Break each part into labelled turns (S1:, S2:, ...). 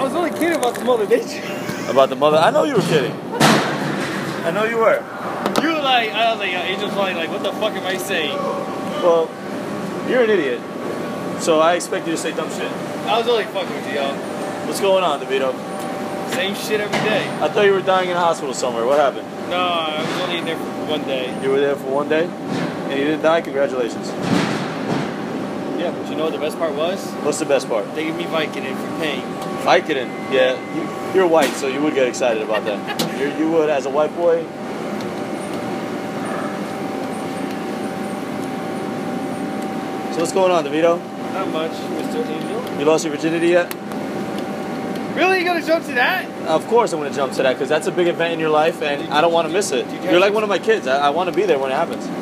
S1: was only kidding about the mother, bitch.
S2: About the mother. I know you were kidding. I know you were.
S1: You were like, I was like, yo, Angel's probably like, what the fuck am I saying?
S2: Well, you're an idiot. So I expect you to say dumb shit.
S1: I was only fucking with you, y'all.
S2: What's going on, DeVito?
S1: Same shit every day.
S2: I thought you were dying in a hospital somewhere. What happened?
S1: No, I was only in there for one day.
S2: You were there for one day, and you didn't die. Congratulations.
S1: Yeah, but you know what the best part was?
S2: What's the best part?
S1: They give me Vicodin for pain.
S2: Vicodin. Yeah, you, you're white, so you would get excited about that. you you would, as a white boy. So what's going on, DeVito?
S1: Not much, Mr. Angel.
S2: You lost your virginity yet?
S1: Really? You gonna jump to that?
S2: Of course, I'm gonna jump to that because that's a big event in your life, and I don't want to miss it.
S1: Did you
S2: You're like
S1: have-
S2: one of my kids. I, I want to be there when it happens.
S1: You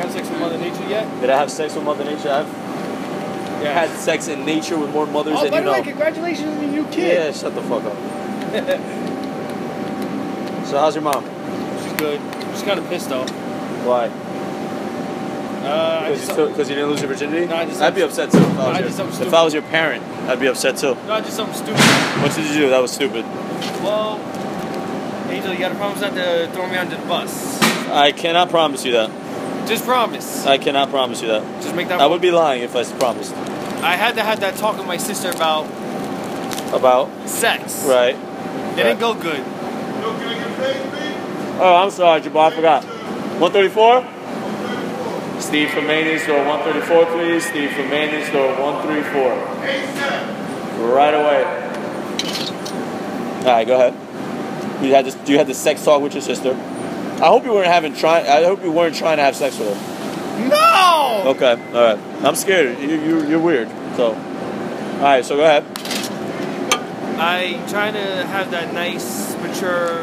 S1: have sex with Mother Nature yet?
S2: Did I have sex with Mother Nature? I've had sex in nature with more mothers
S1: Oh,
S2: than
S1: by
S2: you
S1: the
S2: know.
S1: way, congratulations on the new
S2: yeah,
S1: kid.
S2: shut the fuck up. So how's your mom?
S1: She's good. She's kind of pissed though.
S2: Why?
S1: Uh, I
S2: Because you,
S1: just,
S2: still- 'cause you didn't lose your virginity?
S1: No, I just-
S2: would be upset too. If I, was
S1: I
S2: your,
S1: just- I'm
S2: if
S1: stupid.
S2: I was your parent, I'd be upset too.
S1: no, I did something stupid.
S2: What did you do? That was stupid.
S1: Well, Angel, you gotta promise not to throw me under the bus.
S2: I cannot promise you that.
S1: Just promise.
S2: I cannot promise you that.
S1: Just make that.
S2: I would be lying if I promised.
S1: I had to have that talk with my sister about
S2: About?
S1: sex.
S2: Right.
S1: It didn't go good.
S3: Yo, can I get paid, B?
S2: Oh, I'm sorry, Jabbar, I forgot. 134? Steve from Manny's door 134, please. Steve from Manny's door 134.
S3: ASAP.
S2: Right away. All right, go ahead. You had this. You had the sex talk with your sister. I hope you weren't having trying. I hope you weren't trying to have sex with her.
S1: No.
S2: Okay. All right. I'm scared. You, you, you're weird. So. All right. So go ahead.
S1: I tried to have that nice, mature.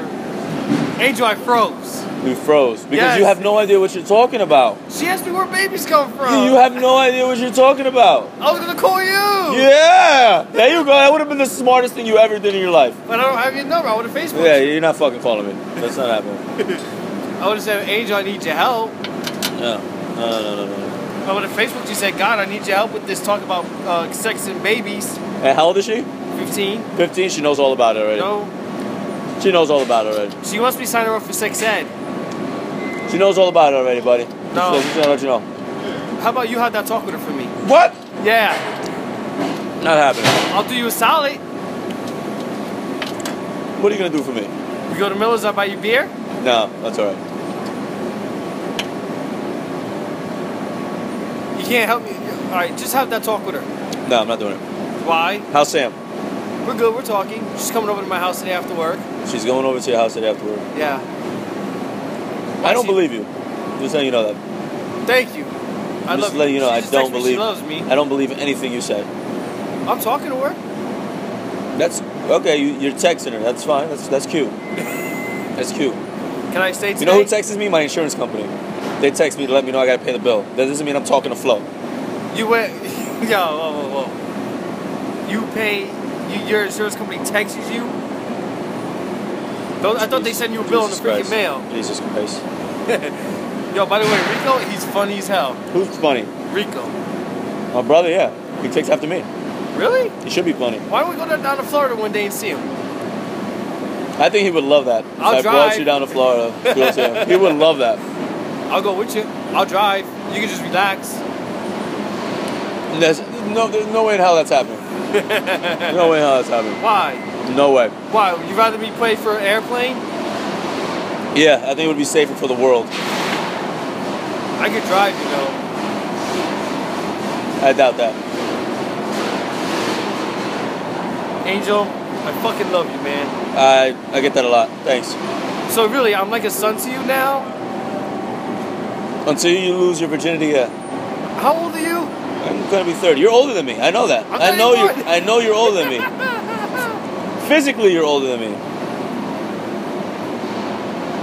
S1: Angel, I froze.
S2: You froze because
S1: Yes.
S2: you have no idea what you're talking about.
S1: She asked me where babies come from.
S2: You have no idea what you're talking about.
S1: I was gonna call you.
S2: Yeah. There you go. That would have been the smartest thing you ever did in your life.
S1: But I don't have your number. I would have Facebook.
S2: Yeah, you're not fucking calling me. That's not happening.
S1: I would have said, Angel, I need your help.
S2: No. No, no, no, no, no.
S1: I would have Facebook. You said, God, I need your help with this talk about uh, sex and babies.
S2: And how old is she?
S1: 15.
S2: 15. She knows all about it already.
S1: No.
S2: She knows all about it already.
S1: She wants me to sign her up for sex ed.
S2: She knows all about it already, buddy.
S1: No.
S2: She's she's gonna let you know.
S1: How about you have that talk with her for me?
S2: What?
S1: Yeah.
S2: Not happening.
S1: I'll do you a solid.
S2: What are you gonna do for me?
S1: We go to Miller's, I buy you beer.
S2: No, that's all right.
S1: You can't help me. All right, just have that talk with her.
S2: No, I'm not doing it.
S1: Why?
S2: How's Sam?
S1: We're good. We're talking. She's coming over to my house today after work.
S2: She's going over to your house today after work.
S1: Yeah.
S2: I don't
S1: she-
S2: believe you. Just letting you know that.
S1: Thank you. I
S2: I'm
S1: love
S2: just letting you know
S1: She
S2: I
S1: just
S2: don't
S1: texted me
S2: believe.
S1: She loves me.
S2: I don't believe anything you said.
S1: I'm talking to her.
S2: That's okay. You, you're texting her. That's fine. That's that's cute. That's cute.
S1: Can I stay today?
S2: You know who texts me? My insurance company. They text me to let me know I gotta pay the bill. That doesn't mean I'm talking to Flo.
S1: You went. Yo, whoa, whoa, whoa. You pay. You, your insurance company texts you. Don't, I thought they sent you a bill in the
S2: Jesus
S1: freaking
S2: Christ.
S1: mail.
S2: Jesus Christ.
S1: Yo, by the way, Rico, he's funny as hell.
S2: Who's funny?
S1: Rico.
S2: My brother. Yeah, he takes after me.
S1: Really?
S2: He should be funny.
S1: Why don't we go down- down to Florida one day and see him?
S2: I think he would love that. If
S1: I'll
S2: I brought
S1: drive.
S2: you down to Florida. go to him. He would love that.
S1: I'll go with you. I'll drive. You can just relax.
S2: There's no, there's no way in hell that's happening. no way in hell that's happening.
S1: Why?
S2: No way.
S1: Why? Would you rather me play for an airplane?
S2: Yeah, I think it would be safer for the world.
S1: I could drive, you know.
S2: I doubt that.
S1: Angel, I fucking love you, man.
S2: I I get that a lot. Thanks.
S1: So really, I'm like a son to you now.
S2: Until you lose your virginity, yeah.
S1: How old are you?
S2: I'm gonna be 30. You're older than me. I know that.
S1: I'm
S2: I know you.
S1: 31.
S2: I know you're older than me. Physically, you're older than me.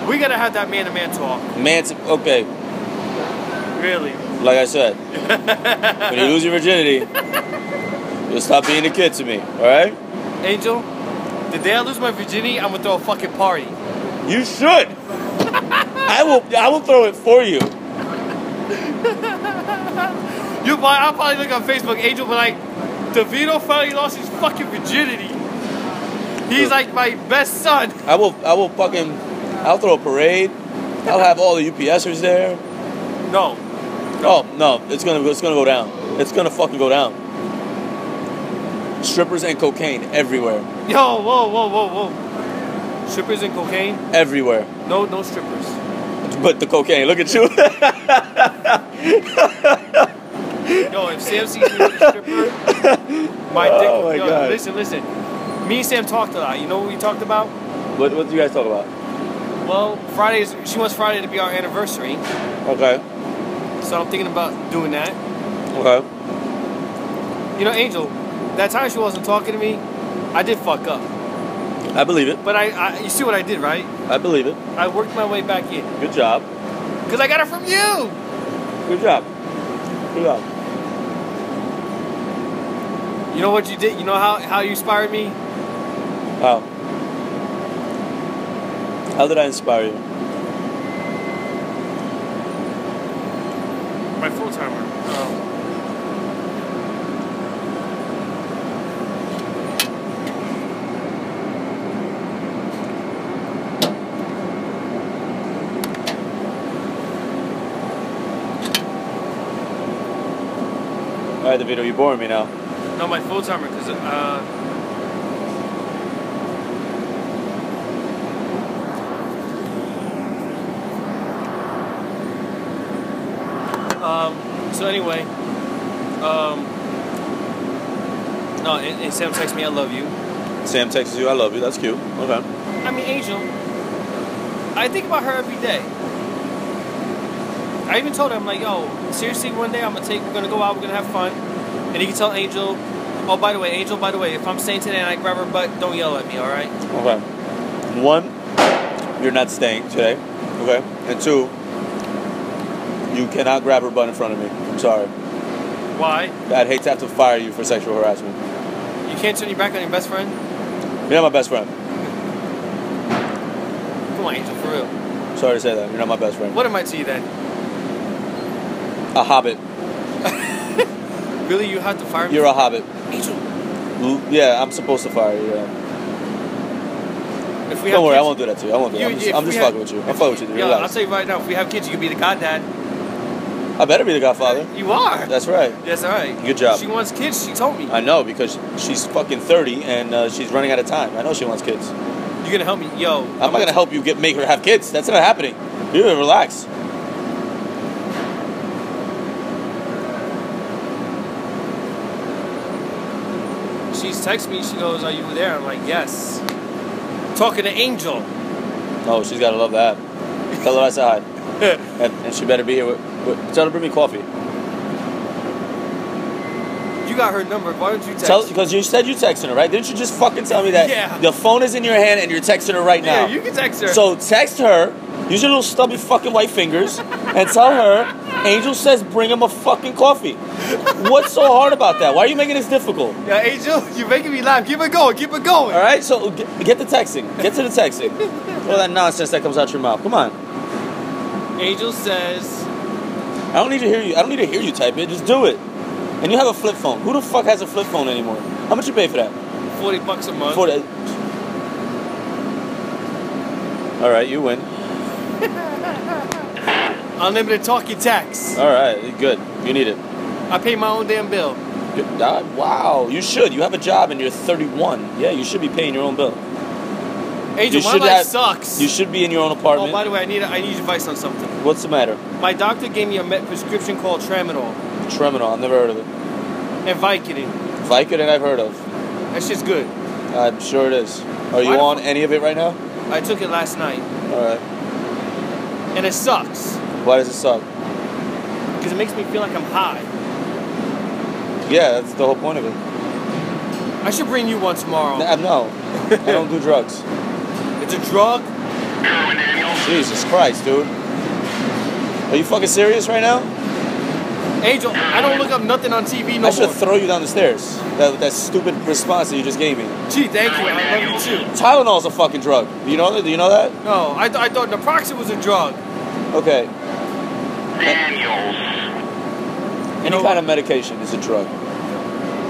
S1: we gotta have that man-to-man talk.
S2: Man, it's- okay.
S1: Really?
S2: Like I said, when you lose your virginity, you'll stop being a kid to me. All right?
S1: Angel, the day I lose my virginity, I'm gonna throw a fucking party.
S2: You should. I will. I will throw it for you.
S1: You probably, I'll probably look on Facebook, Angel, but like, DeVito finally lost his fucking virginity. He's like my best son.
S2: I will I will fucking I'll throw a parade. I'll have all the UPSers there.
S1: No,
S2: Oh no, it's gonna it's gonna go down. It's gonna fucking go down. Strippers and cocaine everywhere,
S1: yo, whoa, whoa, whoa, whoa. Strippers and cocaine?
S2: everywhere.
S1: No, no strippers.
S2: But the cocaine. Look at you.
S1: Yo, if Sam sees me with a stripper, my dick.
S2: Oh my
S1: yo,
S2: God.
S1: Listen, listen. Me and Sam talked a lot. You know what we talked about?
S2: what what do you guys talk about?
S1: Well, Fridays. She wants Friday to be our anniversary,
S2: Okay.
S1: so I'm thinking about doing that.
S2: Okay.
S1: You know, Angel, that time she wasn't talking to me, I did fuck up.
S2: I believe it.
S1: But I, I you see what I did, right?
S2: I believe it.
S1: I worked my way back in.
S2: Good job.
S1: Because I got it from you!
S2: Good job. Good job.
S1: You know what you did? You know how, how you inspired me?
S2: How? How did I inspire you?
S1: My full timer. Oh.
S2: All right, Devito, you're boring me now.
S1: No, my full timer, because uh, um, so anyway, um, no, and, and Sam texts me, I love you.
S2: Sam texts you, I love you. That's cute. Okay.
S1: I mean, Angel, I think about her every day. I even told her, I'm like, yo, seriously, one day I'm gonna take, we're gonna go out, we're gonna have fun, and you can tell Angel, oh, by the way, Angel, by the way, if I'm staying today and I grab her butt, don't yell at me, all right?
S2: Okay. One, you're not staying today. Okay. And two, you cannot grab her butt in front of me. I'm sorry.
S1: Why?
S2: I'd hate to have to fire you for sexual harassment.
S1: You can't turn your back on your best friend.
S2: You're not my best friend.
S1: Come on, Angel, for real.
S2: Sorry to say that. You're not my best friend.
S1: What am I to you then?
S2: A hobbit.
S1: Really, you have to fire me?
S2: You're a hobbit.
S1: Angel.
S2: L- Yeah, I'm supposed to fire you. Yeah.
S1: If we have
S2: Don't worry, I
S1: kids-
S2: won't do that to you. I won't do
S1: You-
S2: that. I'm just,
S1: if
S2: I'm
S1: we
S2: just
S1: have-
S2: fucking with you. I'm fucking with you. dude.
S1: Yo, I'll
S2: Relax.
S1: tell you right now, if we have kids, you can be the goddad.
S2: I better be the godfather.
S1: You are.
S2: That's right.
S1: That's all right.
S2: Good job.
S1: She wants kids. She told me.
S2: I know because she's fucking 30 and uh, she's running out of time. I know she wants kids. I'm
S1: You're gonna help me, yo.
S2: not gonna help you get make her have kids. That's not happening. You relax.
S1: She's texted me. She goes, "Are you there?" I'm like, "Yes." Talking to Angel.
S2: No, she's gotta love that. Tell her I said hi, and, and she better be here. With, with, tell her to bring me coffee.
S1: You got her number. Why don't you text?
S2: Tell because you said you texted her, right? Didn't you just fucking tell me that?
S1: Yeah.
S2: The phone is in your hand and you're texting her right now.
S1: Yeah, you can text her.
S2: So text her. Use your little stubby fucking white fingers and tell her. Angel says, "Bring him a fucking coffee." What's so hard about that? Why are you making this difficult?
S1: yeah, Angel, you're making me laugh. Keep it going. Keep it going.
S2: All right, so g- get the texting. Get to the texting. All that nonsense that comes out your mouth. Come on.
S1: Angel says,
S2: I don't need to hear you. I don't need to hear you type it. Just do it. And you have a flip phone. Who the fuck has a flip phone anymore? How much you pay for that?
S1: forty bucks a month.
S2: For the- All right, you win.
S1: Unlimited talkie tax.
S2: All right, good. You need it.
S1: I pay my own damn bill.
S2: Good. Ah, Wow, you should. You have a job and you're 31. Yeah, you should be paying your own bill.
S1: Angel,
S2: you
S1: my
S2: should
S1: life
S2: have-
S1: sucks.
S2: You should be in your own
S1: oh,
S2: apartment.
S1: by the way, I need I need advice on something.
S2: What's the matter?
S1: My doctor gave me a med- prescription called Tramadol
S2: Treminal. I've never heard of it.
S1: and Vicodin.
S2: Vicodin, I've heard of.
S1: That shit's good.
S2: I'm sure it is. Are
S1: Why
S2: you
S1: the
S2: on
S1: fuck-
S2: any of it right now?
S1: I took it last night,
S2: All right.
S1: and it sucks
S2: Why does it suck?
S1: because it makes me feel like I'm high.
S2: Yeah, that's the whole point of it.
S1: I should bring you one tomorrow.
S2: N- No, I don't do drugs.
S1: It's a drug.
S2: Jesus Christ, dude. Are you fucking serious right now?
S1: Angel, I don't look up nothing on TV no
S2: I should
S1: more.
S2: throw you down the stairs. That, that stupid response that you just gave me.
S1: Gee, thank you. I love you too.
S2: Tylenol's a fucking drug. You know that? Do you know that?
S1: No, I, th- I thought naproxen was a drug.
S2: Okay. Any
S1: know-
S2: kind of medication is a drug.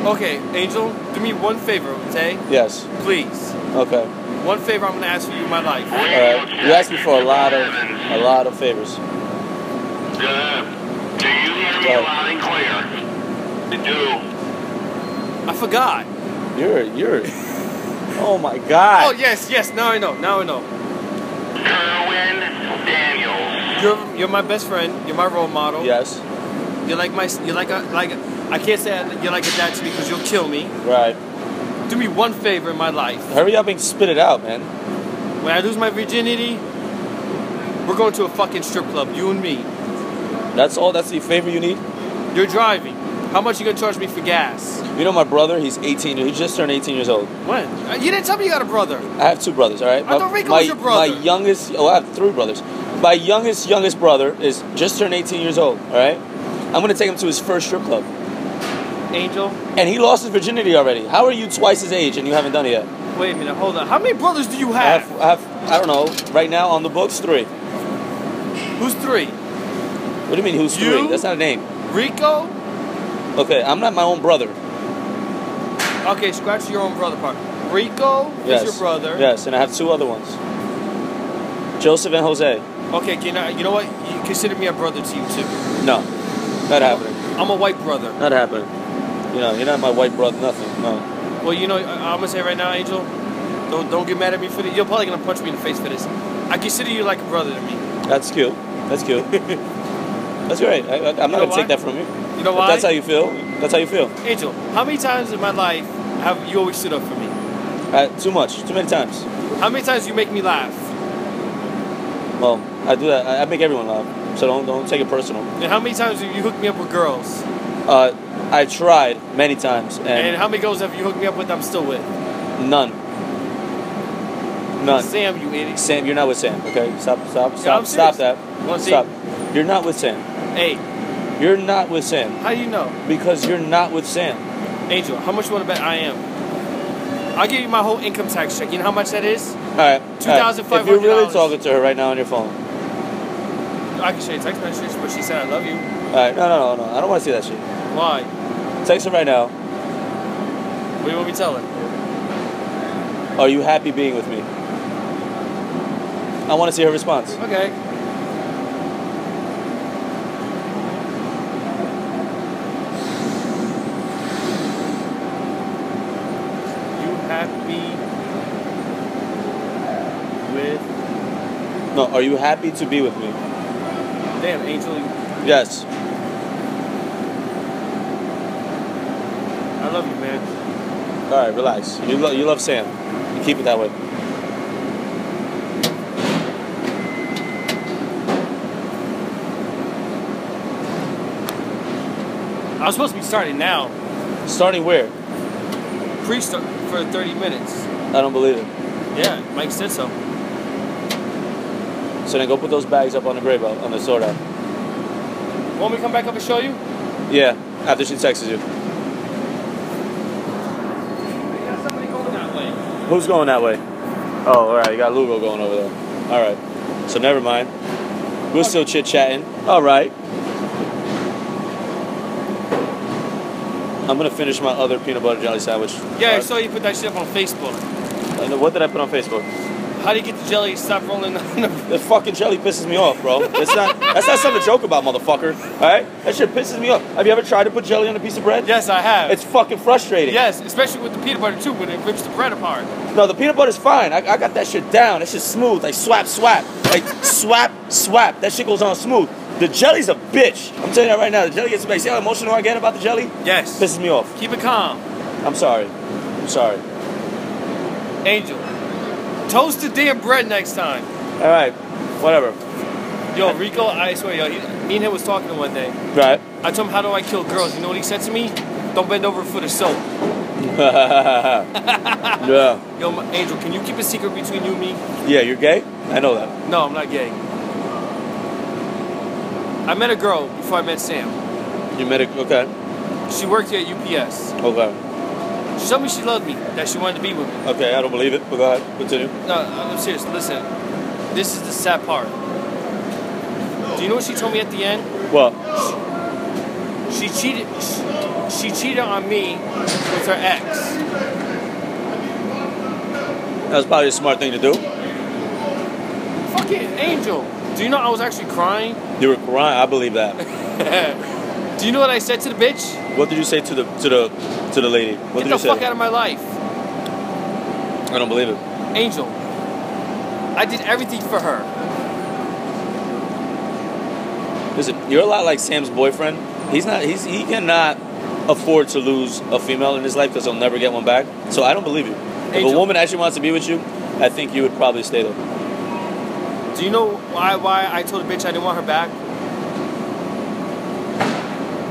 S1: Okay, Angel, do me one favor, okay?
S2: Yes.
S1: Please.
S2: Okay.
S1: One favor I'm gonna ask for you in my life.
S2: All right. You asked me for a lot of a lot of favors.
S3: Uh, do you hear me
S2: Right.
S3: loud and clear? You do.
S1: I forgot.
S2: You're you're. Oh my God.
S1: Oh yes, yes. Now I know. Now I know.
S3: Kerwin Daniels.
S1: You're you're my best friend. You're my role model.
S2: Yes.
S1: You're like my you're like a like a, I can't say I- you're like a dad to me because you'll kill me.
S2: Right.
S1: Do me one favor in my life.
S2: Hurry up and spit it out, man.
S1: When I lose my virginity, we're going to a fucking strip club. You and me.
S2: That's all. That's the favor you need.
S1: You're driving. How much you gonna charge me for gas?
S2: You know my brother. He's 18. He just turned 18 years old.
S1: When? Uh, You didn't tell me you got a brother.
S2: I have two brothers. All right.
S1: I thought Rico
S2: my,
S1: was your brother.
S2: My youngest. Oh, I have three brothers. My youngest youngest brother is just turned 18 years old. All right. I'm gonna take him to his first strip club,
S1: Angel.
S2: and he lost his virginity already. How are you twice his age and you haven't done it yet?
S1: Wait a minute. Hold on. How many brothers do you
S2: I
S1: have?
S2: have. I have. I don't know. Right now on the books, three.
S1: Who's three?
S2: What do you mean? Who's
S1: You?
S2: three? That's not a name.
S1: Rico.
S2: Okay. I'm not my own brother.
S1: Okay, scratch your own brother part. Rico
S2: Yes.
S1: is your brother.
S2: Yes, and I have two other ones. Joseph and Jose.
S1: Okay, can I, you know what? You consider me a brother to you too.
S2: No, not happening.
S1: I'm a white brother.
S2: Not happening. You know, you're not my white brother. Nothing. No.
S1: Well, you know, I, I'm gonna say right now, Angel, don't don't get mad at me for this. You're probably gonna punch me in the face for this. I consider you like a brother to me.
S2: That's cute. That's cute. that's great. I, I, I'm
S1: know
S2: not gonna
S1: why?
S2: take that from you.
S1: You know
S2: If
S1: why?
S2: that's how you feel. That's how you feel.
S1: Angel, how many times in my life have you always stood up for me?
S2: Uh, too much. Too many times.
S1: How many times you make me laugh?
S2: Well, I do that. I, I make everyone laugh. So don't don't take it personal.
S1: And how many times have you hooked me up with girls?
S2: Uh, I tried many times
S1: And
S2: and,
S1: how many girls have you hooked me up with? I'm still with.
S2: none. None.
S1: Sam, you idiot.
S2: Sam, you're not with Sam. Okay, stop, stop,
S1: Yeah,
S2: stop,
S1: I'm
S2: stop
S1: serious.
S2: that.
S1: Well, see-
S2: stop. You're not with Sam.
S1: Hey,
S2: You're not with Sam.
S1: how do you know?
S2: Because you're not with Sam.
S1: Angel, how much you want to bet I am? I'll give you my whole income tax check. You know how much that is?
S2: All right.
S1: $2,500.
S2: If you're really talking to her right now on your phone.
S1: I can show you text messages, but she said I love you.
S2: All right. No, no, no, no. I don't want to see that shit.
S1: Why?
S2: Text her right now.
S1: What do you want me to tell her?
S2: Are you happy being with me? I want to see her response.
S1: Okay. You happy with?
S2: No. Are you happy to be with me?
S1: Damn, Angel,
S2: Yes.
S1: I love you, man.
S2: All right. Relax. You lo- you love Sam. You keep it that way.
S1: I was supposed to be starting now.
S2: Starting where?
S1: Pre-start for 30 minutes.
S2: I don't believe it.
S1: Yeah, Mike said so.
S2: So then go put those bags up on the gray belt on the sword out.
S1: Want me to come back up and show you?
S2: Yeah. After she texts you.
S1: We got somebody going that way.
S2: Who's going that way? Oh, all right. You got Lugo going over there. All right. So never mind. We're still chit chatting. All right. I'm gonna finish my other peanut butter jelly sandwich.
S1: Yeah, I
S2: Uh,
S1: saw you put that shit up on Facebook.
S2: and what did I put on Facebook?
S1: How do you get the jelly to stop rolling on the
S2: The fucking jelly pisses me off, bro. It's not. that's not something to joke about, motherfucker. All right. That shit pisses me off. Have you ever tried to put jelly on a piece of bread?
S1: Yes, I have.
S2: It's fucking frustrating.
S1: yes, especially with the peanut butter too, when it rips the bread apart.
S2: No, the peanut butter's fine. I, I got that shit down. That shit's smooth. Like swap, swap. Like swap, swap. That shit goes on smooth. The jelly's a bitch. I'm telling you that right now. The jelly gets me. See how emotional I get about the jelly?
S1: Yes.
S2: Pisses me off.
S1: Keep it calm,
S2: I'm sorry. I'm sorry.
S1: Angel. Toast the damn bread next time.
S2: All right. Whatever.
S1: Yo, Rico, I swear, yo, he, me and him was talking one day.
S2: Right.
S1: I told him, how do I kill girls? You know what he said to me? Don't bend over for the soap.
S2: yeah.
S1: Yo, my, Angel, can you keep a secret between you and me?
S2: Yeah. You're gay. I know that.
S1: No, I'm not gay. I met a girl before I met Sam.
S2: You medic. Okay.
S1: She worked here at UPS.
S2: Okay.
S1: She told me she loved me, that she wanted to be with me.
S2: Okay. I don't believe it. But go ahead. Continue.
S1: No, I'm serious. Listen, this is the sad part. Do you know what she told me at the end?
S2: Well.
S1: She cheated. She, she cheated on me with her ex.
S2: That was probably a smart thing to do.
S1: Fucking Angel. Do you know I was actually crying?
S2: You were crying. I believe that.
S1: Do you know what I said to the bitch?
S2: What did you say to the to the to the lady?
S1: Get
S2: What did
S1: the
S2: you say?
S1: fuck out of my life.
S2: I don't believe it.
S1: Angel. I did everything for her.
S2: Listen, you're a lot like Sam's boyfriend. He's not. He's he cannot afford to lose a female in his life because he'll never get one back. So I don't believe you. If a
S1: Angel.
S2: woman actually wants to be with you, I think you would probably stay there.
S1: Do you know why why I told the bitch I didn't want her back?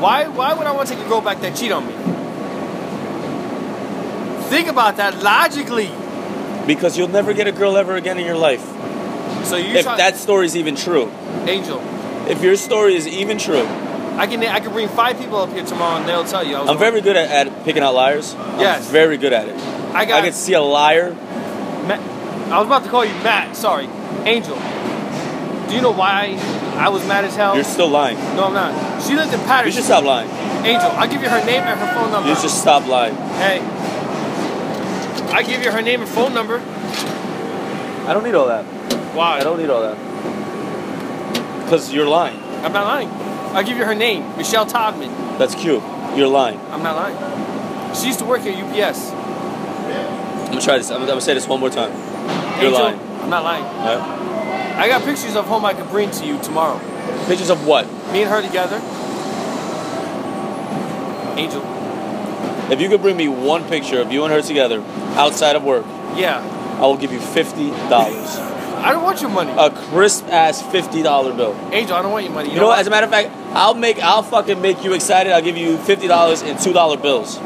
S1: Why why would I want to take a girl back that cheat on me? Think about that logically.
S2: Because you'll never get a girl ever again in your life.
S1: So you
S2: if
S1: try-
S2: that story's even true.
S1: Angel.
S2: If your story is even true.
S1: I can I can bring five people up here tomorrow and they'll tell you. I was
S2: I'm
S1: wrong.
S2: very good at, at picking out liars.
S1: Yes.
S2: I'm very good at it.
S1: I
S2: I
S1: got.
S2: can see a liar.
S1: Matt, I was about to call you Matt. Sorry, Angel. Do you know why I was mad as hell?
S2: You're still lying.
S1: no, I'm not. She lives in
S2: You
S1: Patterson.
S2: should stop lying.
S1: Angel, I'll give you her name and her phone number.
S2: You should stop lying.
S1: hey, I give you her name and phone number.
S2: I don't need all that.
S1: Why?
S2: I don't need all that. Because you're lying.
S1: I'm not lying. I'll give you her name, Michelle Todman.
S2: That's cute. You're lying.
S1: I'm not lying. She used to work here at UPS.
S2: I'm gonna try this. I'm, I'm gonna say this one more time. You're
S1: Angel,
S2: lying.
S1: I'm not lying.
S2: All right?
S1: I got pictures of home I could bring to you tomorrow.
S2: Pictures of what?
S1: Me and her together. Angel.
S2: If you could bring me one picture of you and her together outside of work,
S1: Yeah.
S2: I will give you fifty dollars.
S1: I don't want your money.
S2: a crisp ass fifty dollar bill.
S1: Angel, I don't want your money.
S2: You know what? As a matter of fact, I'll make I'll fucking make you excited. I'll give you fifty dollars in two dollar bills.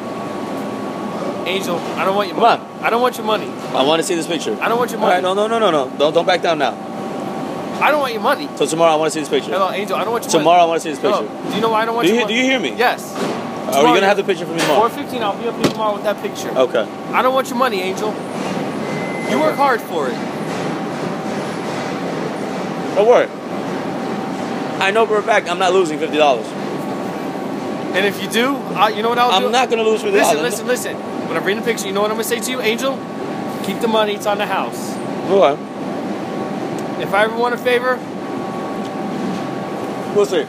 S1: Angel, I don't want your
S2: Come
S1: money. I don't want your money.
S2: I want to see this picture.
S1: I don't want your
S2: All
S1: money.
S2: right, no, no, no, no, no. Don't don't back down now.
S1: I don't want your money.
S2: So tomorrow I want to see this picture.
S1: Hello, Angel, I don't want your
S2: Tomorrow I
S1: money.
S2: want to see this picture.
S1: Hello. Do you know why I don't want
S2: Do
S1: your
S2: you, do
S1: money?
S2: you hear me?
S1: Yes.
S2: Are you gonna have the picture for me tomorrow?
S1: 415, I'll be up here tomorrow with that picture.
S2: Okay.
S1: I don't want your money, Angel. You work hard for it.
S2: Don't worry. I know for a fact I'm not losing fifty dollars.
S1: And if you do, I, you know what I'll do?
S2: I'm not gonna lose fifty
S1: Listen,
S2: dollars.
S1: Oh, listen, listen. When I bring the picture, you know what I'm gonna say to you, Angel? Keep the money, it's on the house.
S2: Okay.
S1: If I ever want a favor,
S2: We'll see.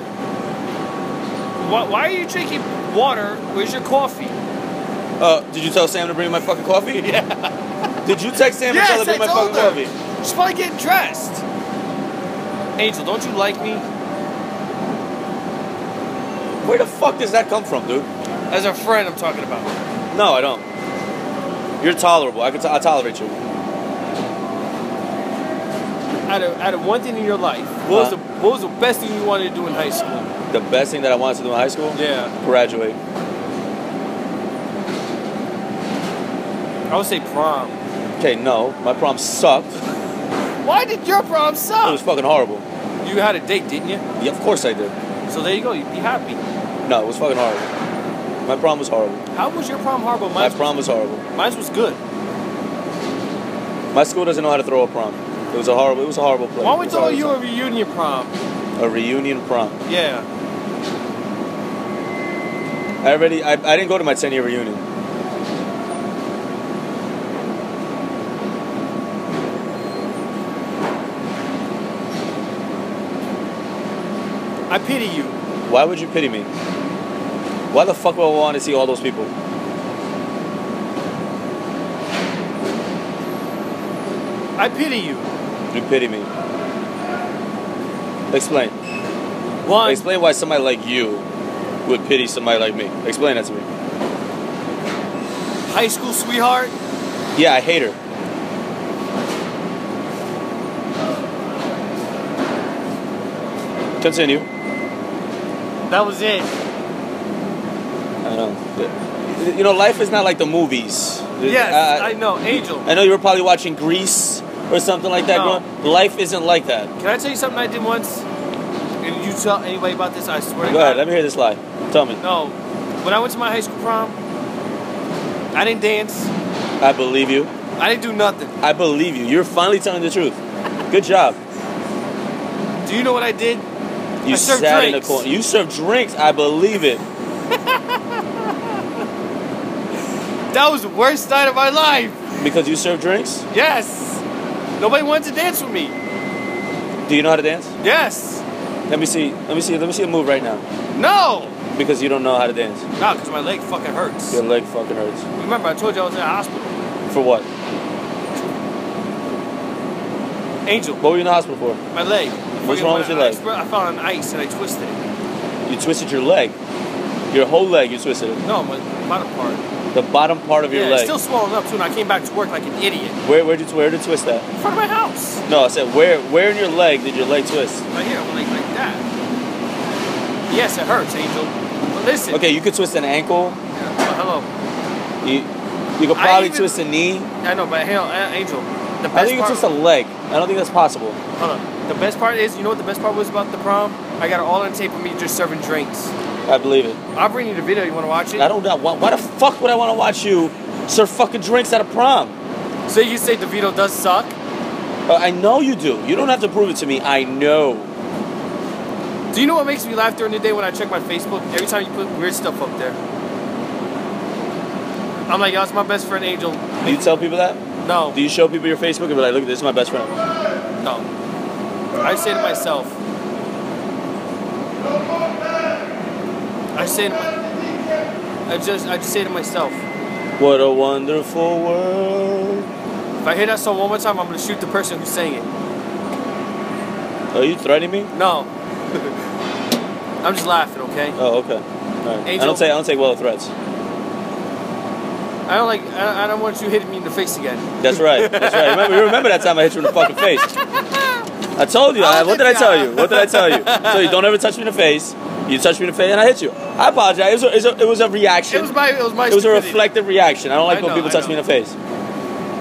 S1: why, why are you drinking water? Where's your coffee?
S2: Uh, did you tell Sam to bring me my fucking coffee? Yeah. Did you text Sam and tell her to bring my fucking coffee?
S1: She's probably getting dressed. Angel, don't you like me?
S2: Where the fuck does that come from, dude?
S1: As a friend, I'm talking about.
S2: No, I don't. You're tolerable. I can t- I tolerate you.
S1: Out of, out of one thing in your life, what was, the, what was the best thing you wanted to do in high school?
S2: The best thing that I wanted to do in high school?
S1: Yeah.
S2: Graduate.
S1: I would say prom.
S2: Okay, no. My prom sucked. It
S1: Why did your prom
S2: was
S1: suck?
S2: fucking horrible.
S1: You had a date, didn't you?
S2: Yeah, of course I did.
S1: So there you go, you'd be happy.
S2: No, it was fucking horrible. My prom was horrible.
S1: How was your prom horrible?
S2: My
S1: Mine's,
S2: prom was horrible.
S1: mine's was good.
S2: My school doesn't know how to throw a prom. It was a horrible. It was a horrible place.
S1: Why don't we
S2: That's all
S1: throw
S2: I was
S1: you a reunion prom?
S2: saying. a reunion prom?
S1: Yeah.
S2: I already. I, I didn't go to my ten year reunion.
S1: I pity you.
S2: Why would you pity me? Why the fuck would I want to see all those people?
S1: I pity you.
S2: You pity me. Explain.
S1: One,
S2: Explain why somebody like you would pity somebody like me. Explain that to me.
S1: high school sweetheart.
S2: Yeah, I hate her. Continue.
S1: That was it.
S2: I know. You know, life is not like the movies.
S1: Yes,
S2: I,
S1: I know. Angel.
S2: I know you were probably watching Grease or something like that.
S1: No.
S2: growing- Life isn't like that.
S1: Can I tell you something I did once? And you tell anybody about this, I swear to
S2: Go
S1: God.
S2: ahead, let me hear this lie. Tell me.
S1: No. When I went to my high school prom, I didn't dance.
S2: I believe you.
S1: I didn't do nothing.
S2: I believe you. You're finally telling the truth. Good job.
S1: Do you know what I did?
S2: You
S1: I served
S2: sat in the
S1: drinks.
S2: corner. You served drinks. I believe it.
S1: That was the worst night of my life.
S2: Because you serve drinks?
S1: Yes. Nobody wanted to dance with me.
S2: Do you know how to dance?
S1: Yes.
S2: Let me see. Let me see. Let me see a move right now.
S1: No.
S2: Because you don't know how to dance.
S1: No, because my leg fucking hurts.
S2: Your leg fucking hurts.
S1: Remember, I told you I was in the hospital.
S2: For what?
S1: Angel,
S2: What were you in the hospital for?
S1: my leg.
S2: What's
S1: Fucking
S2: wrong with
S1: when
S2: your
S1: I
S2: leg?
S1: spread- I fell on ice and I twisted it.
S2: You twisted your leg. Your whole leg. You twisted it.
S1: No, my bottom part.
S2: The bottom part of your
S1: yeah,
S2: leg.
S1: it's still swollen up too, and I came back to work like an idiot.
S2: Where where did you where did you twist that?
S1: In front of my house.
S2: No, I said where where in your leg did your leg twist?
S1: Like, yeah, like, like that. Yes, it hurts, Angel. But listen.
S2: Okay, you could twist an ankle.
S1: Yeah, hello.
S2: You you could
S1: I
S2: probably
S1: even-
S2: twist a knee.
S1: I know, but hell, uh, Angel. The best
S2: I think you could
S1: part,
S2: twist a leg. I don't think that's possible.
S1: Hold on. The best part is, you know what the best part was about the prom? I got it all on tape of me just serving drinks.
S2: I believe it.
S1: I'll bring you the video. You want to watch it?
S2: I don't know. Why, why the fuck would I want to watch you serve fucking drinks at a prom?
S1: So you say DeVito does suck?
S2: Uh, I know you do. You don't have to prove it to me. I know.
S1: Do you know what makes me laugh during the day when I check my Facebook? Every time you put weird stuff up there. I'm like, yo, it's my best friend Angel.
S2: Do you tell people that?
S1: No,
S2: Do you show people your Facebook and be like, look, this is my best friend?
S1: no. I say to myself. I say to my, I just I just say to myself.
S2: What a wonderful world.
S1: If I hear that song one more time, I'm gonna shoot the person who sang it.
S2: Are you threatening me?
S1: No. I'm just laughing, okay?
S2: Oh, okay. All right. I
S1: Angel.
S2: don't take I don't take well threats.
S1: I don't like I, I don't want you hitting me in the face again.
S2: That's right. That's right. Remember, you remember that time I hit you in the fucking face? I told you.
S1: How
S2: I,
S1: did
S2: what did I
S1: ya?
S2: tell you? What did I tell you? So you don't ever touch me in the face. You touch me in the face, and I hit you. I apologize. It was a, it was a, it was a reaction.
S1: It was my it was my
S2: It was a
S1: stupidity.
S2: reflective reaction. I don't like
S1: I
S2: when
S1: know,
S2: people
S1: I
S2: touch me in
S1: know.
S2: the face.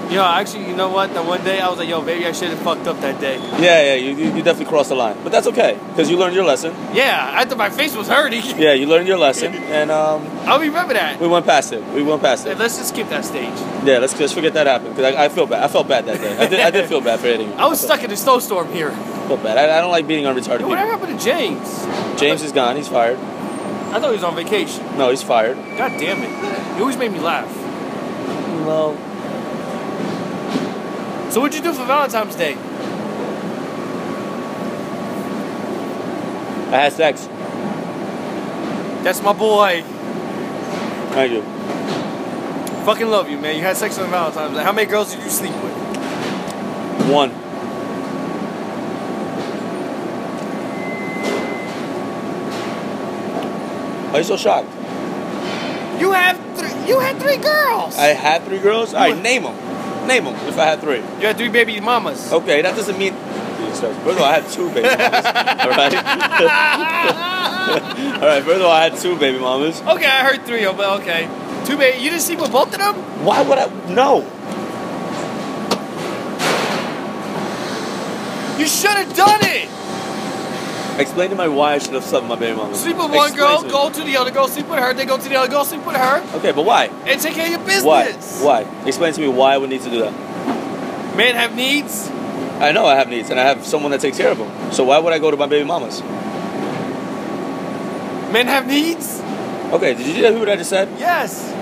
S1: You know, actually, you know what? That one day I was like, yo, maybe I should have fucked up that day.
S2: Yeah, yeah, you, you you definitely crossed the line, but that's okay because you learned your lesson.
S1: Yeah, I thought my face was hurting.
S2: Yeah, you learned your lesson, and um,
S1: I'll remember that.
S2: we went past it. We went past
S1: Hey,
S2: it.
S1: Let's just skip that stage.
S2: Yeah, let's just forget that happened because I, I feel bad. I felt bad that day. I did, I did feel bad for hitting you.
S1: I was
S2: felt-
S1: stuck in a snowstorm here.
S2: felt bad. I, I don't like beating on retarded
S1: Yo, what
S2: people.
S1: happened to James?
S2: James is gone. He's fired.
S1: I thought he was on vacation.
S2: No, he's fired.
S1: God damn it. You always made me laugh.
S2: No.
S1: So what'd you do for Valentine's Day?
S2: I had sex.
S1: That's my boy.
S2: Thank you.
S1: Fucking love you, man. You had sex on Valentine's Day. How many girls did you sleep with?
S2: One. Are you so shocked?
S1: You have three. You had three girls.
S2: I had three girls. All right, name them. Name them. If I had three.
S1: you had three baby mamas.
S2: Okay, that doesn't mean. First of all, I had two baby mamas. All right. all right. First of all, I had two baby mamas.
S1: Okay, I heard three, of but okay. Two baby. You didn't sleep with both of them?
S2: Why would I? No.
S1: You should have done it.
S2: Explain to me why I should have slept with my baby mamas.
S1: Sleep with one
S2: Explain
S1: girl,
S2: to me.
S1: go to the other girl, sleep with her, then go to the other girl, sleep with her,
S2: Okay, but why?
S1: and take care of your
S2: Why?
S1: business.
S2: Why? Explain to me why I would need to do that.
S1: What? Men have needs.
S2: I know I have needs, and I have someone that takes care of them. So why would I go to my baby mamas?
S1: Men have needs.
S2: Okay, did you hear what I just said?
S1: Yes.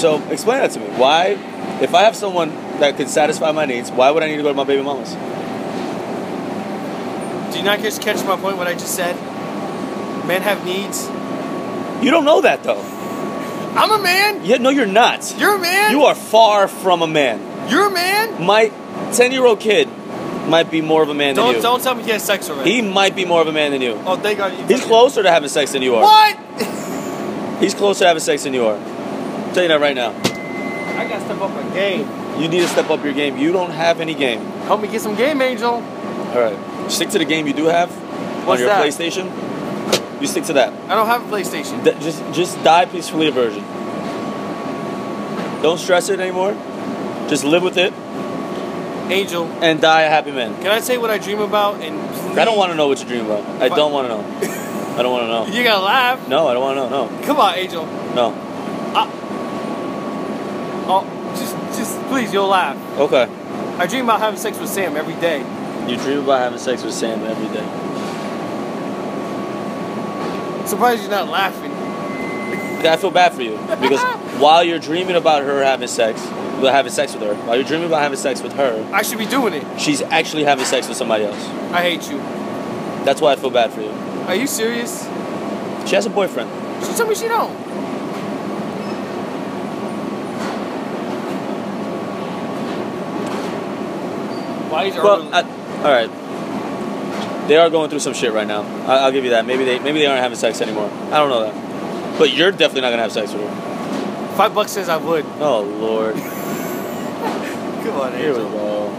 S2: So explain that to me. Why, if I have someone that could satisfy my needs, why would I need to go to my baby mamas?
S1: Do you not just catch my point? What I just said. Men have needs.
S2: You don't know that though.
S1: I'm a man.
S2: Yeah, no, you're not.
S1: You're a man.
S2: You are far from a man.
S1: You're a man.
S2: My ten-year-old kid might be more of a man
S1: Don't
S2: than you.
S1: don't tell me he has sex already.
S2: He might be more of a man than you.
S1: oh, thank God. you-
S2: He's closer to having sex than you are.
S1: What?
S2: He's closer to having sex than you are. I'm telling you that right now.
S1: I gotta step up my game.
S2: You need to step up your game. You don't have any game.
S1: Help me get some game, Angel.
S2: All right. Stick to the game you do have on
S1: What's
S2: your
S1: that?
S2: PlayStation. You stick to that.
S1: I don't have a PlayStation.
S2: Th- just just die peacefully of version. Don't stress it anymore. Just live with it
S1: Angel,
S2: and die a happy man.
S1: can I say what I dream about? And please,
S2: I don't want to know what you dream about. I don't want to know. I don't want to know.
S1: You gotta laugh.
S2: No, I don't want to know.
S1: Come on, Angel.
S2: No. No.
S1: Oh, just just please, you'll laugh.
S2: Okay.
S1: I dream about having sex with Sam every day.
S2: You dream about having sex with Sam every day.
S1: Surprised you're not laughing.
S2: I feel bad for you because while you're dreaming about her having sex, well, having sex with her, while you're dreaming about having sex with her,
S1: I should be doing it.
S2: she's actually having sex with somebody else.
S1: I hate you.
S2: That's why I feel bad for you.
S1: Are you serious?
S2: She has a boyfriend.
S1: She told me she don't. Why is
S2: Well, I, all right. They are going through some shit right now. I, I'll give you that. Maybe they maybe they aren't having sex anymore. I don't know that. But you're definitely not gonna have sex with her.
S1: five bucks says I would?
S2: Oh lord.
S1: Come on,
S2: Here we go.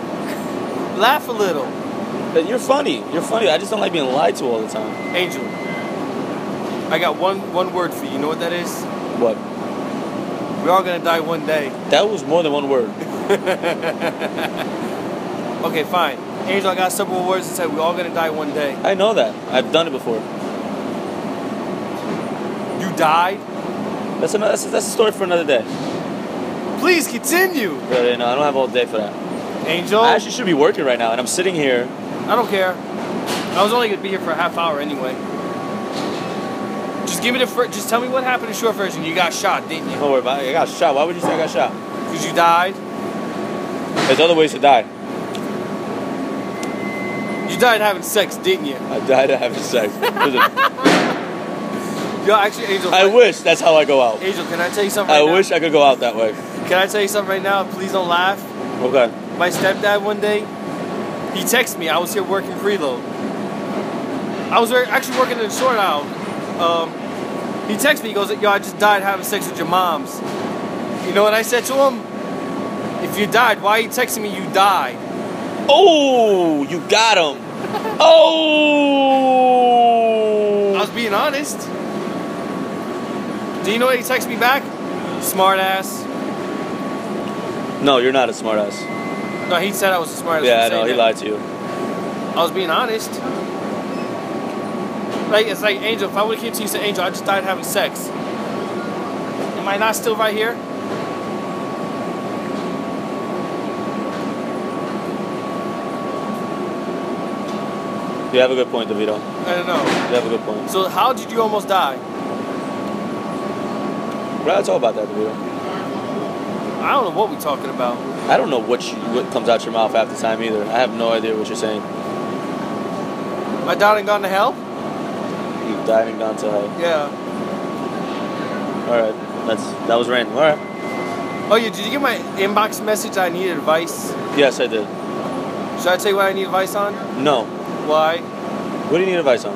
S1: Laugh a little,
S2: But You're funny. You're funny. I just don't like being lied to all the time.
S1: Angel. I got one one word for you. You know what that is?
S2: What?
S1: We're all gonna die one day.
S2: That was more than one word.
S1: Okay, fine. Angel, I got several words that said we're all gonna die one day.
S2: I know that. I've done it before.
S1: You died?
S2: That's another. That's, that's a story for another day.
S1: Please continue.
S2: But, you know, I don't have all day for that.
S1: Angel,
S2: I actually should be working right now, and I'm sitting here.
S1: I don't care. I was only gonna be here for a half hour anyway. Just give me the fir- just tell me what happened in short version. You got shot, didn't you?
S2: Don't worry about it. I got shot. Why would you say I got shot?
S1: Because you died.
S2: There's other ways to die.
S1: You died having sex, didn't you?
S2: I died of having sex. Listen,
S1: Yo, actually, Angel.
S2: I wish that's how I go out.
S1: Angel, can I tell you something?
S2: I
S1: right now?
S2: wish I could go out that way.
S1: Can I tell you something right now? Please don't laugh.
S2: Okay.
S1: My stepdad one day, he texted me. I was here working preload. I was wor- actually working in the short aisle. Um, he texted me. He goes, "Yo, I just died having sex with your mom's." You know what I said to him? If you died, why are you texting me? You died.
S2: Oh, you got
S1: I
S2: him. Oh.
S1: was being honest. Do you know what he texted me back? Smart ass.
S2: No, you're not a smartass.
S1: No, he said I was a smart ass.
S2: Yeah, I know. He lied to you.
S1: I was being honest. Like it's like Angel. If I would have came to you and said, Angel, I just died having sex. Am I not still right here?
S2: You have a good point, Devito. You
S1: I don't know.
S2: have a good point.
S1: So how did you almost die?
S2: Right, it's all about that, Devito.
S1: I don't know what we're talking about.
S2: I don't know what you, what comes out your mouth half the time either. I have no idea what you're saying.
S1: My daughter gone to hell?
S2: You diving down to hell.
S1: Yeah.
S2: All right, that's that was random. All right.
S1: Oh yeah. Did you get my inbox message? I need advice.
S2: Yes, I did.
S1: Should I tell you what I need advice on?
S2: No.
S1: Why?
S2: What do you need advice on?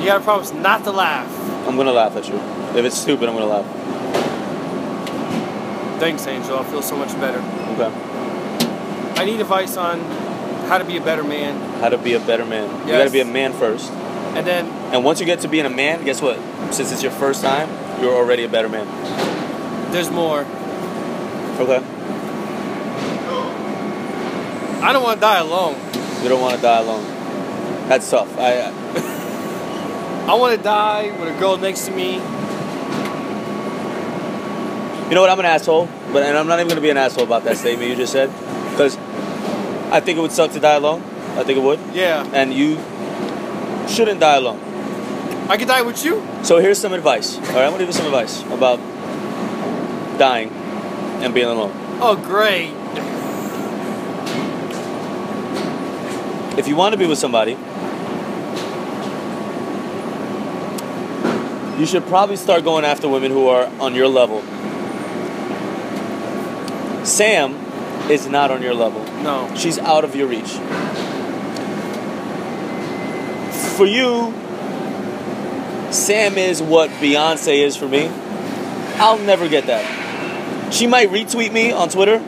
S1: You gotta promise not to laugh.
S2: I'm gonna laugh at you. If it's stupid, I'm gonna laugh.
S1: Thanks, Angel. I feel so much better.
S2: Okay.
S1: I need advice on how to be a better man,
S2: How to be a better man. You
S1: Yes.
S2: gotta be a man first.
S1: and then
S2: And once you get to being a man, guess what? Since it's your first time, you're already a better man.
S1: there's more.
S2: Okay.
S1: I don't want to die alone.
S2: You don't want to die alone. That's tough. I I-
S1: I want to die with a girl next to me.
S2: You know what? I'm an asshole, but and I'm not even gonna be an asshole about that statement you just said, because I think it would suck to die alone. I think it would,
S1: Yeah.
S2: and you shouldn't die alone.
S1: I could die with you.
S2: So here's some advice. All right, I'm gonna give you some advice about dying and being alone.
S1: Oh, great.
S2: If you want to be with somebody, you should probably start going after women who are on your level. Sam is not on your level.
S1: No.
S2: She's out of your reach. For you, Sam is what Beyonce is for me. I'll never get that. She might retweet me on Twitter,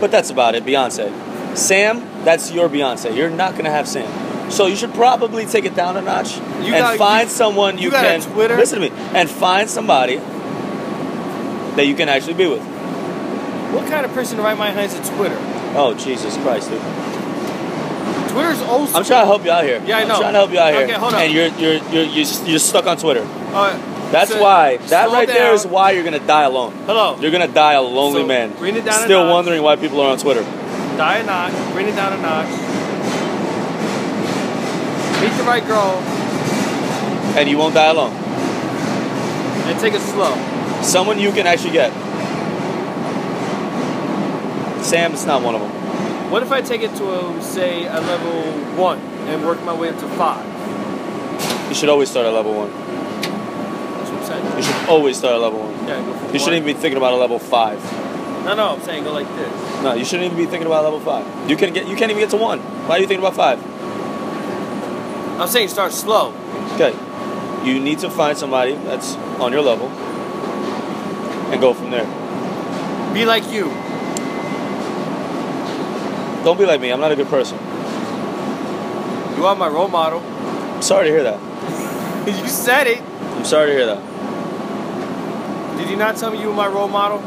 S2: but that's about it, Beyonce. Sam, that's your Beyonce. You're not gonna have Sam. So you should probably take it down a notch and
S1: gotta-
S2: find someone you,
S1: you got a
S2: can
S1: Twitter?
S2: listen to me and find somebody that you can actually be with.
S1: What kind of person to write my hands to Twitter?
S2: Oh Jesus Christ, dude.
S1: Twitter's old
S2: I'm
S1: school.
S2: trying to help you out here.
S1: Yeah, I know.
S2: I'm trying to help you out here.
S1: Okay, hold on.
S2: And you're you're you're you're, just, you're stuck on Twitter.
S1: Uh,
S2: That's
S1: so-
S2: why. That
S1: slow
S2: right there
S1: down.
S2: is why you're gonna die alone.
S1: Hello.
S2: You're gonna die a lonely
S1: So,
S2: man.
S1: bring it down a
S2: Still
S1: notch.
S2: wondering why people are on Twitter.
S1: Die a notch. Bring it down a notch. Meet the right girl.
S2: And you won't die alone.
S1: And take it slow.
S2: Someone you can actually get. Sam is not one of them.
S1: What if I take it to, a, say, a level one and work my way up to five?
S2: You should always start at level one.
S1: That's what I'm saying.
S2: You should always start at level one.
S1: Yeah, go for
S2: You shouldn't even be thinking about a level five.
S1: one. No, no, I'm saying go like this.
S2: No, you shouldn't even be thinking about level five. You can get. You can't even get to one. Why are you thinking about five?
S1: I'm saying start slow.
S2: Okay. You need to find somebody that's on your level and go from there.
S1: Be like you.
S2: Don't be like me. I'm not a good person.
S1: You are my role model.
S2: I'm sorry to hear that.
S1: you said it.
S2: I'm sorry to hear that.
S1: Did you not tell me you were my role model?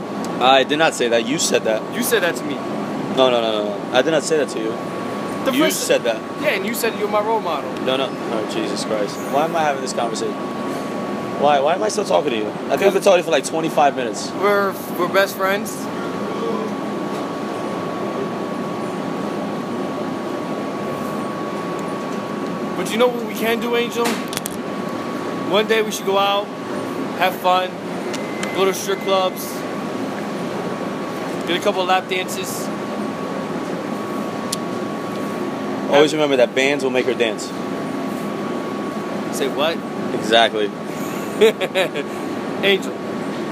S2: I did not say that. You said that.
S1: You said that to me.
S2: No, no, no, no, no. I did not say that to you.
S1: The
S2: you
S1: first-
S2: said that.
S1: Yeah, and you said you were my role model.
S2: No, no. Oh, Jesus Christ. Why am I having this conversation? Why? Why am I still talking to you? I think I've been talking to you for like 25 minutes.
S1: We're we're best friends. But you know what we can do, Angel? One day we should go out, have fun, go to strip clubs, get a couple lap dances.
S2: Always remember that bands will make her dance.
S1: Say what?
S2: Exactly.
S1: Angel.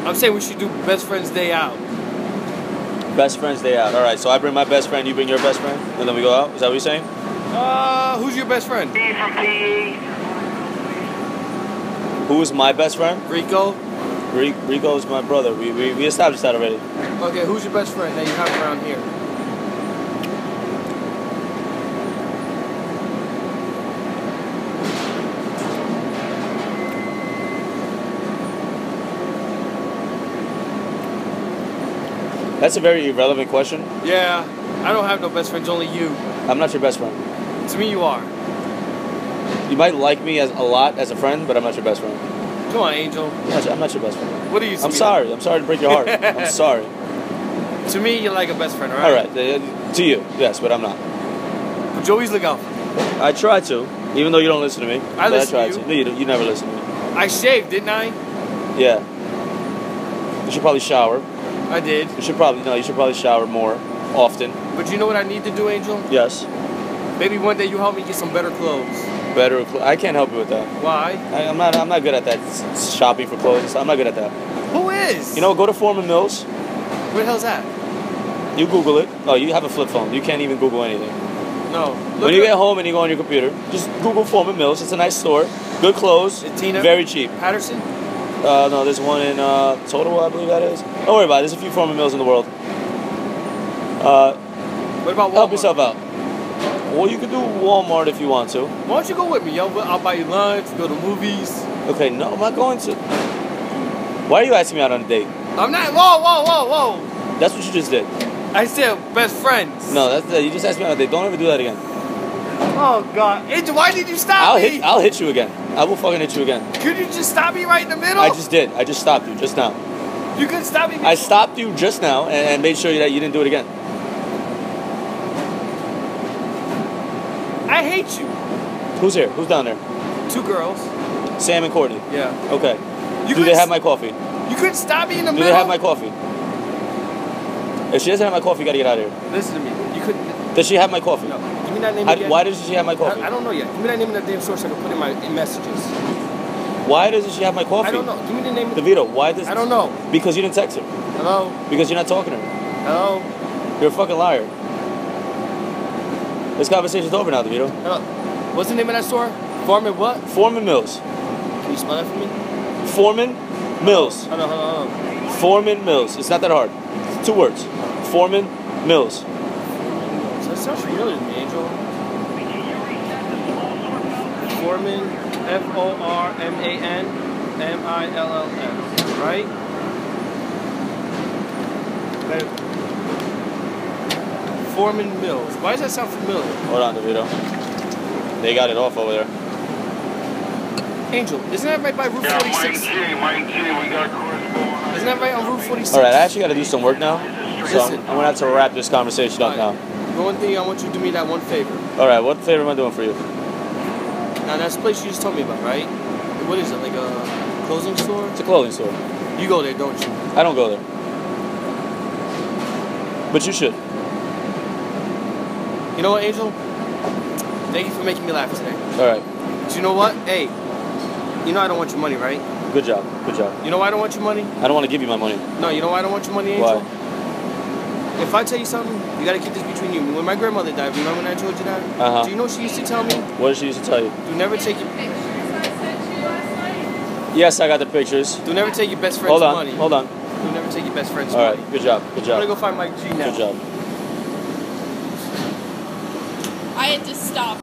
S1: I'm saying we should do best friends day out.
S2: Best friends day out. All right. So I bring my best friend. You bring your best friend, and then we go out. Is that what you're saying?
S1: Uh, who's your best friend?
S3: Steve from E. PE.
S2: Who is my best friend?
S1: Rico.
S2: Re- Rico is my brother. We, we, we established that already.
S1: Okay, who's your best friend that you have around here?
S2: That's a very irrelevant question.
S1: Yeah, I don't have no best friends, only you.
S2: I'm not your best friend.
S1: To me, you are.
S2: You might like me as a lot as a friend, but I'm not your best friend.
S1: Come on, Angel.
S2: I'm not, I'm not your best friend.
S1: What are you? to
S2: I'm
S1: me?
S2: sorry. I'm sorry to break your heart. I'm sorry.
S1: To me, you're like a best friend, all
S2: All
S1: right?
S2: right. uh, To you, yes, but I'm not.
S1: All right. Joey's look out.
S2: I try to, even though you don't listen to me. but
S1: listen
S2: I try
S1: to you.
S2: No, you, don't- you never listen to me.
S1: I shaved, didn't I?
S2: Yeah. You should probably shower.
S1: I did.
S2: You should probably no. You should probably shower more often.
S1: But you know what I need to do, Angel?
S2: Yes.
S1: Maybe one day you help me get some better clothes.
S2: Better. cl- I can't help you with that.
S1: Why?
S2: I, I'm not. I'm not good at that. s- s- Shopping for clothes. I'm not good at that.
S1: Who is?
S2: You know, go to Foreman Mills.
S1: where the hell's that?
S2: You Google it. Oh, you have a flip phone. You can't even Google anything.
S1: No.
S2: when you
S1: it
S2: get
S1: up.
S2: home and you go on your computer, just Google Foreman Mills. It's a nice store. Good clothes.
S1: At Tina?
S2: Very cheap.
S1: Patterson.
S2: Uh, no, there's one in uh, Total, I believe that is. Don't worry about it. There's a few Foreman Mills in the world. Uh,
S1: What about Walmart?
S2: help yourself out. Well, you could do Walmart if you want to.
S1: Why don't you go with me, yo? We'll- I'll buy you lunch. Go to movies.
S2: Okay, no, I'm not going to. Why are you asking me out on a date?
S1: I'm not. Whoa, whoa, whoa, whoa!
S2: That's what you just did.
S1: I said best friends.
S2: No, that's you just asked me out on a date. Don't ever do that again.
S1: Oh God, Angel, why did you stop
S2: I'll
S1: me?
S2: hit. I'll hit you again. I will fucking hit you again.
S1: Could you just stop me right in the middle?
S2: I just did. I just stopped you just now.
S1: you couldn't stop me.
S2: I stopped you just now and, and made sure that you didn't do it again.
S1: I hate you.
S2: Who's here? Who's down there?
S1: Two girls.
S2: Sam and Courtney.
S1: Yeah.
S2: Okay.
S1: You
S2: do
S1: could
S2: they
S1: s-
S2: have my coffee? Do
S1: You couldn't stop me in the middle.
S2: they have my coffee? If she doesn't have my coffee, you gotta get out of here.
S1: Listen to me. You couldn't.
S2: Does she have my coffee?
S1: No. Give me that name
S2: I-
S1: again.
S2: why doesn't she have my coffee?
S1: I, I don't know yet. Give me that name of that damn source I can put in my in messages.
S2: Why doesn't she have my coffee?
S1: I don't know. Give me the name. Of,
S2: DeVito, why does
S1: I don't know.
S2: Because you didn't text her.
S1: Hello.
S2: Because you're not talking to her.
S1: Hello.
S2: You're a fucking liar. This conversation's over now, DeVito.
S1: Hello. What's the name of that store? Farm and what?
S2: Foreman Mills.
S1: Can you spell that for me?
S2: Foreman Mills.
S1: Hello. Hello. hello.
S2: Foreman Mills. It's not that hard. It's two words. Foreman Mills.
S1: So that sounds familiar to me, Angel. Foreman. F O R M A N M I L L S. Right. That- Foreman Mills. Why does that sound familiar?
S2: Hold on, DeVito. They got it off over there.
S1: Angel, isn't that right by Route
S3: Yeah, Mike
S1: 46?
S3: G, Mike G, we got a correspondent.
S1: Isn't that right on Route 46?
S2: All right, I actually got to do some work now, so I'm,
S1: Listen.
S2: I'm gonna have to wrap this conversation up
S1: All
S2: now.
S1: right. The only thing I want you to do me that one favor.
S2: All right, what favor am I doing for you?
S1: Now that's the place you just told me about, right? What is it? Like a clothing store?
S2: It's a clothing store.
S1: You go there, don't you?
S2: I don't go there. But you should.
S1: You know what, Angel? Thank you for making me laugh today.
S2: All right.
S1: Do you know what? Hey, you know I don't want your money, right?
S2: Good job. Good job.
S1: You know why I don't want your money?
S2: I don't want to give you my money.
S1: No, you know why I don't want your money, Angel?
S2: Why?
S1: If I tell you something, you gotta keep this between you. When my grandmother died, remember when I told you that?
S2: Uh-huh.
S1: Do you know what she used to tell me?
S2: What did she used to tell you?
S1: Do never take your
S4: Pictures I sent you last
S2: Yes, I got the pictures.
S1: do never take your best friend's
S2: Hold on.
S1: money.
S2: Hold on.
S1: Do never take your best friend's
S2: All
S1: money.
S2: right. Good job. Good
S1: I'm gonna
S2: job.
S1: go find Mike G now.
S2: Good job.
S4: night. I had to stop.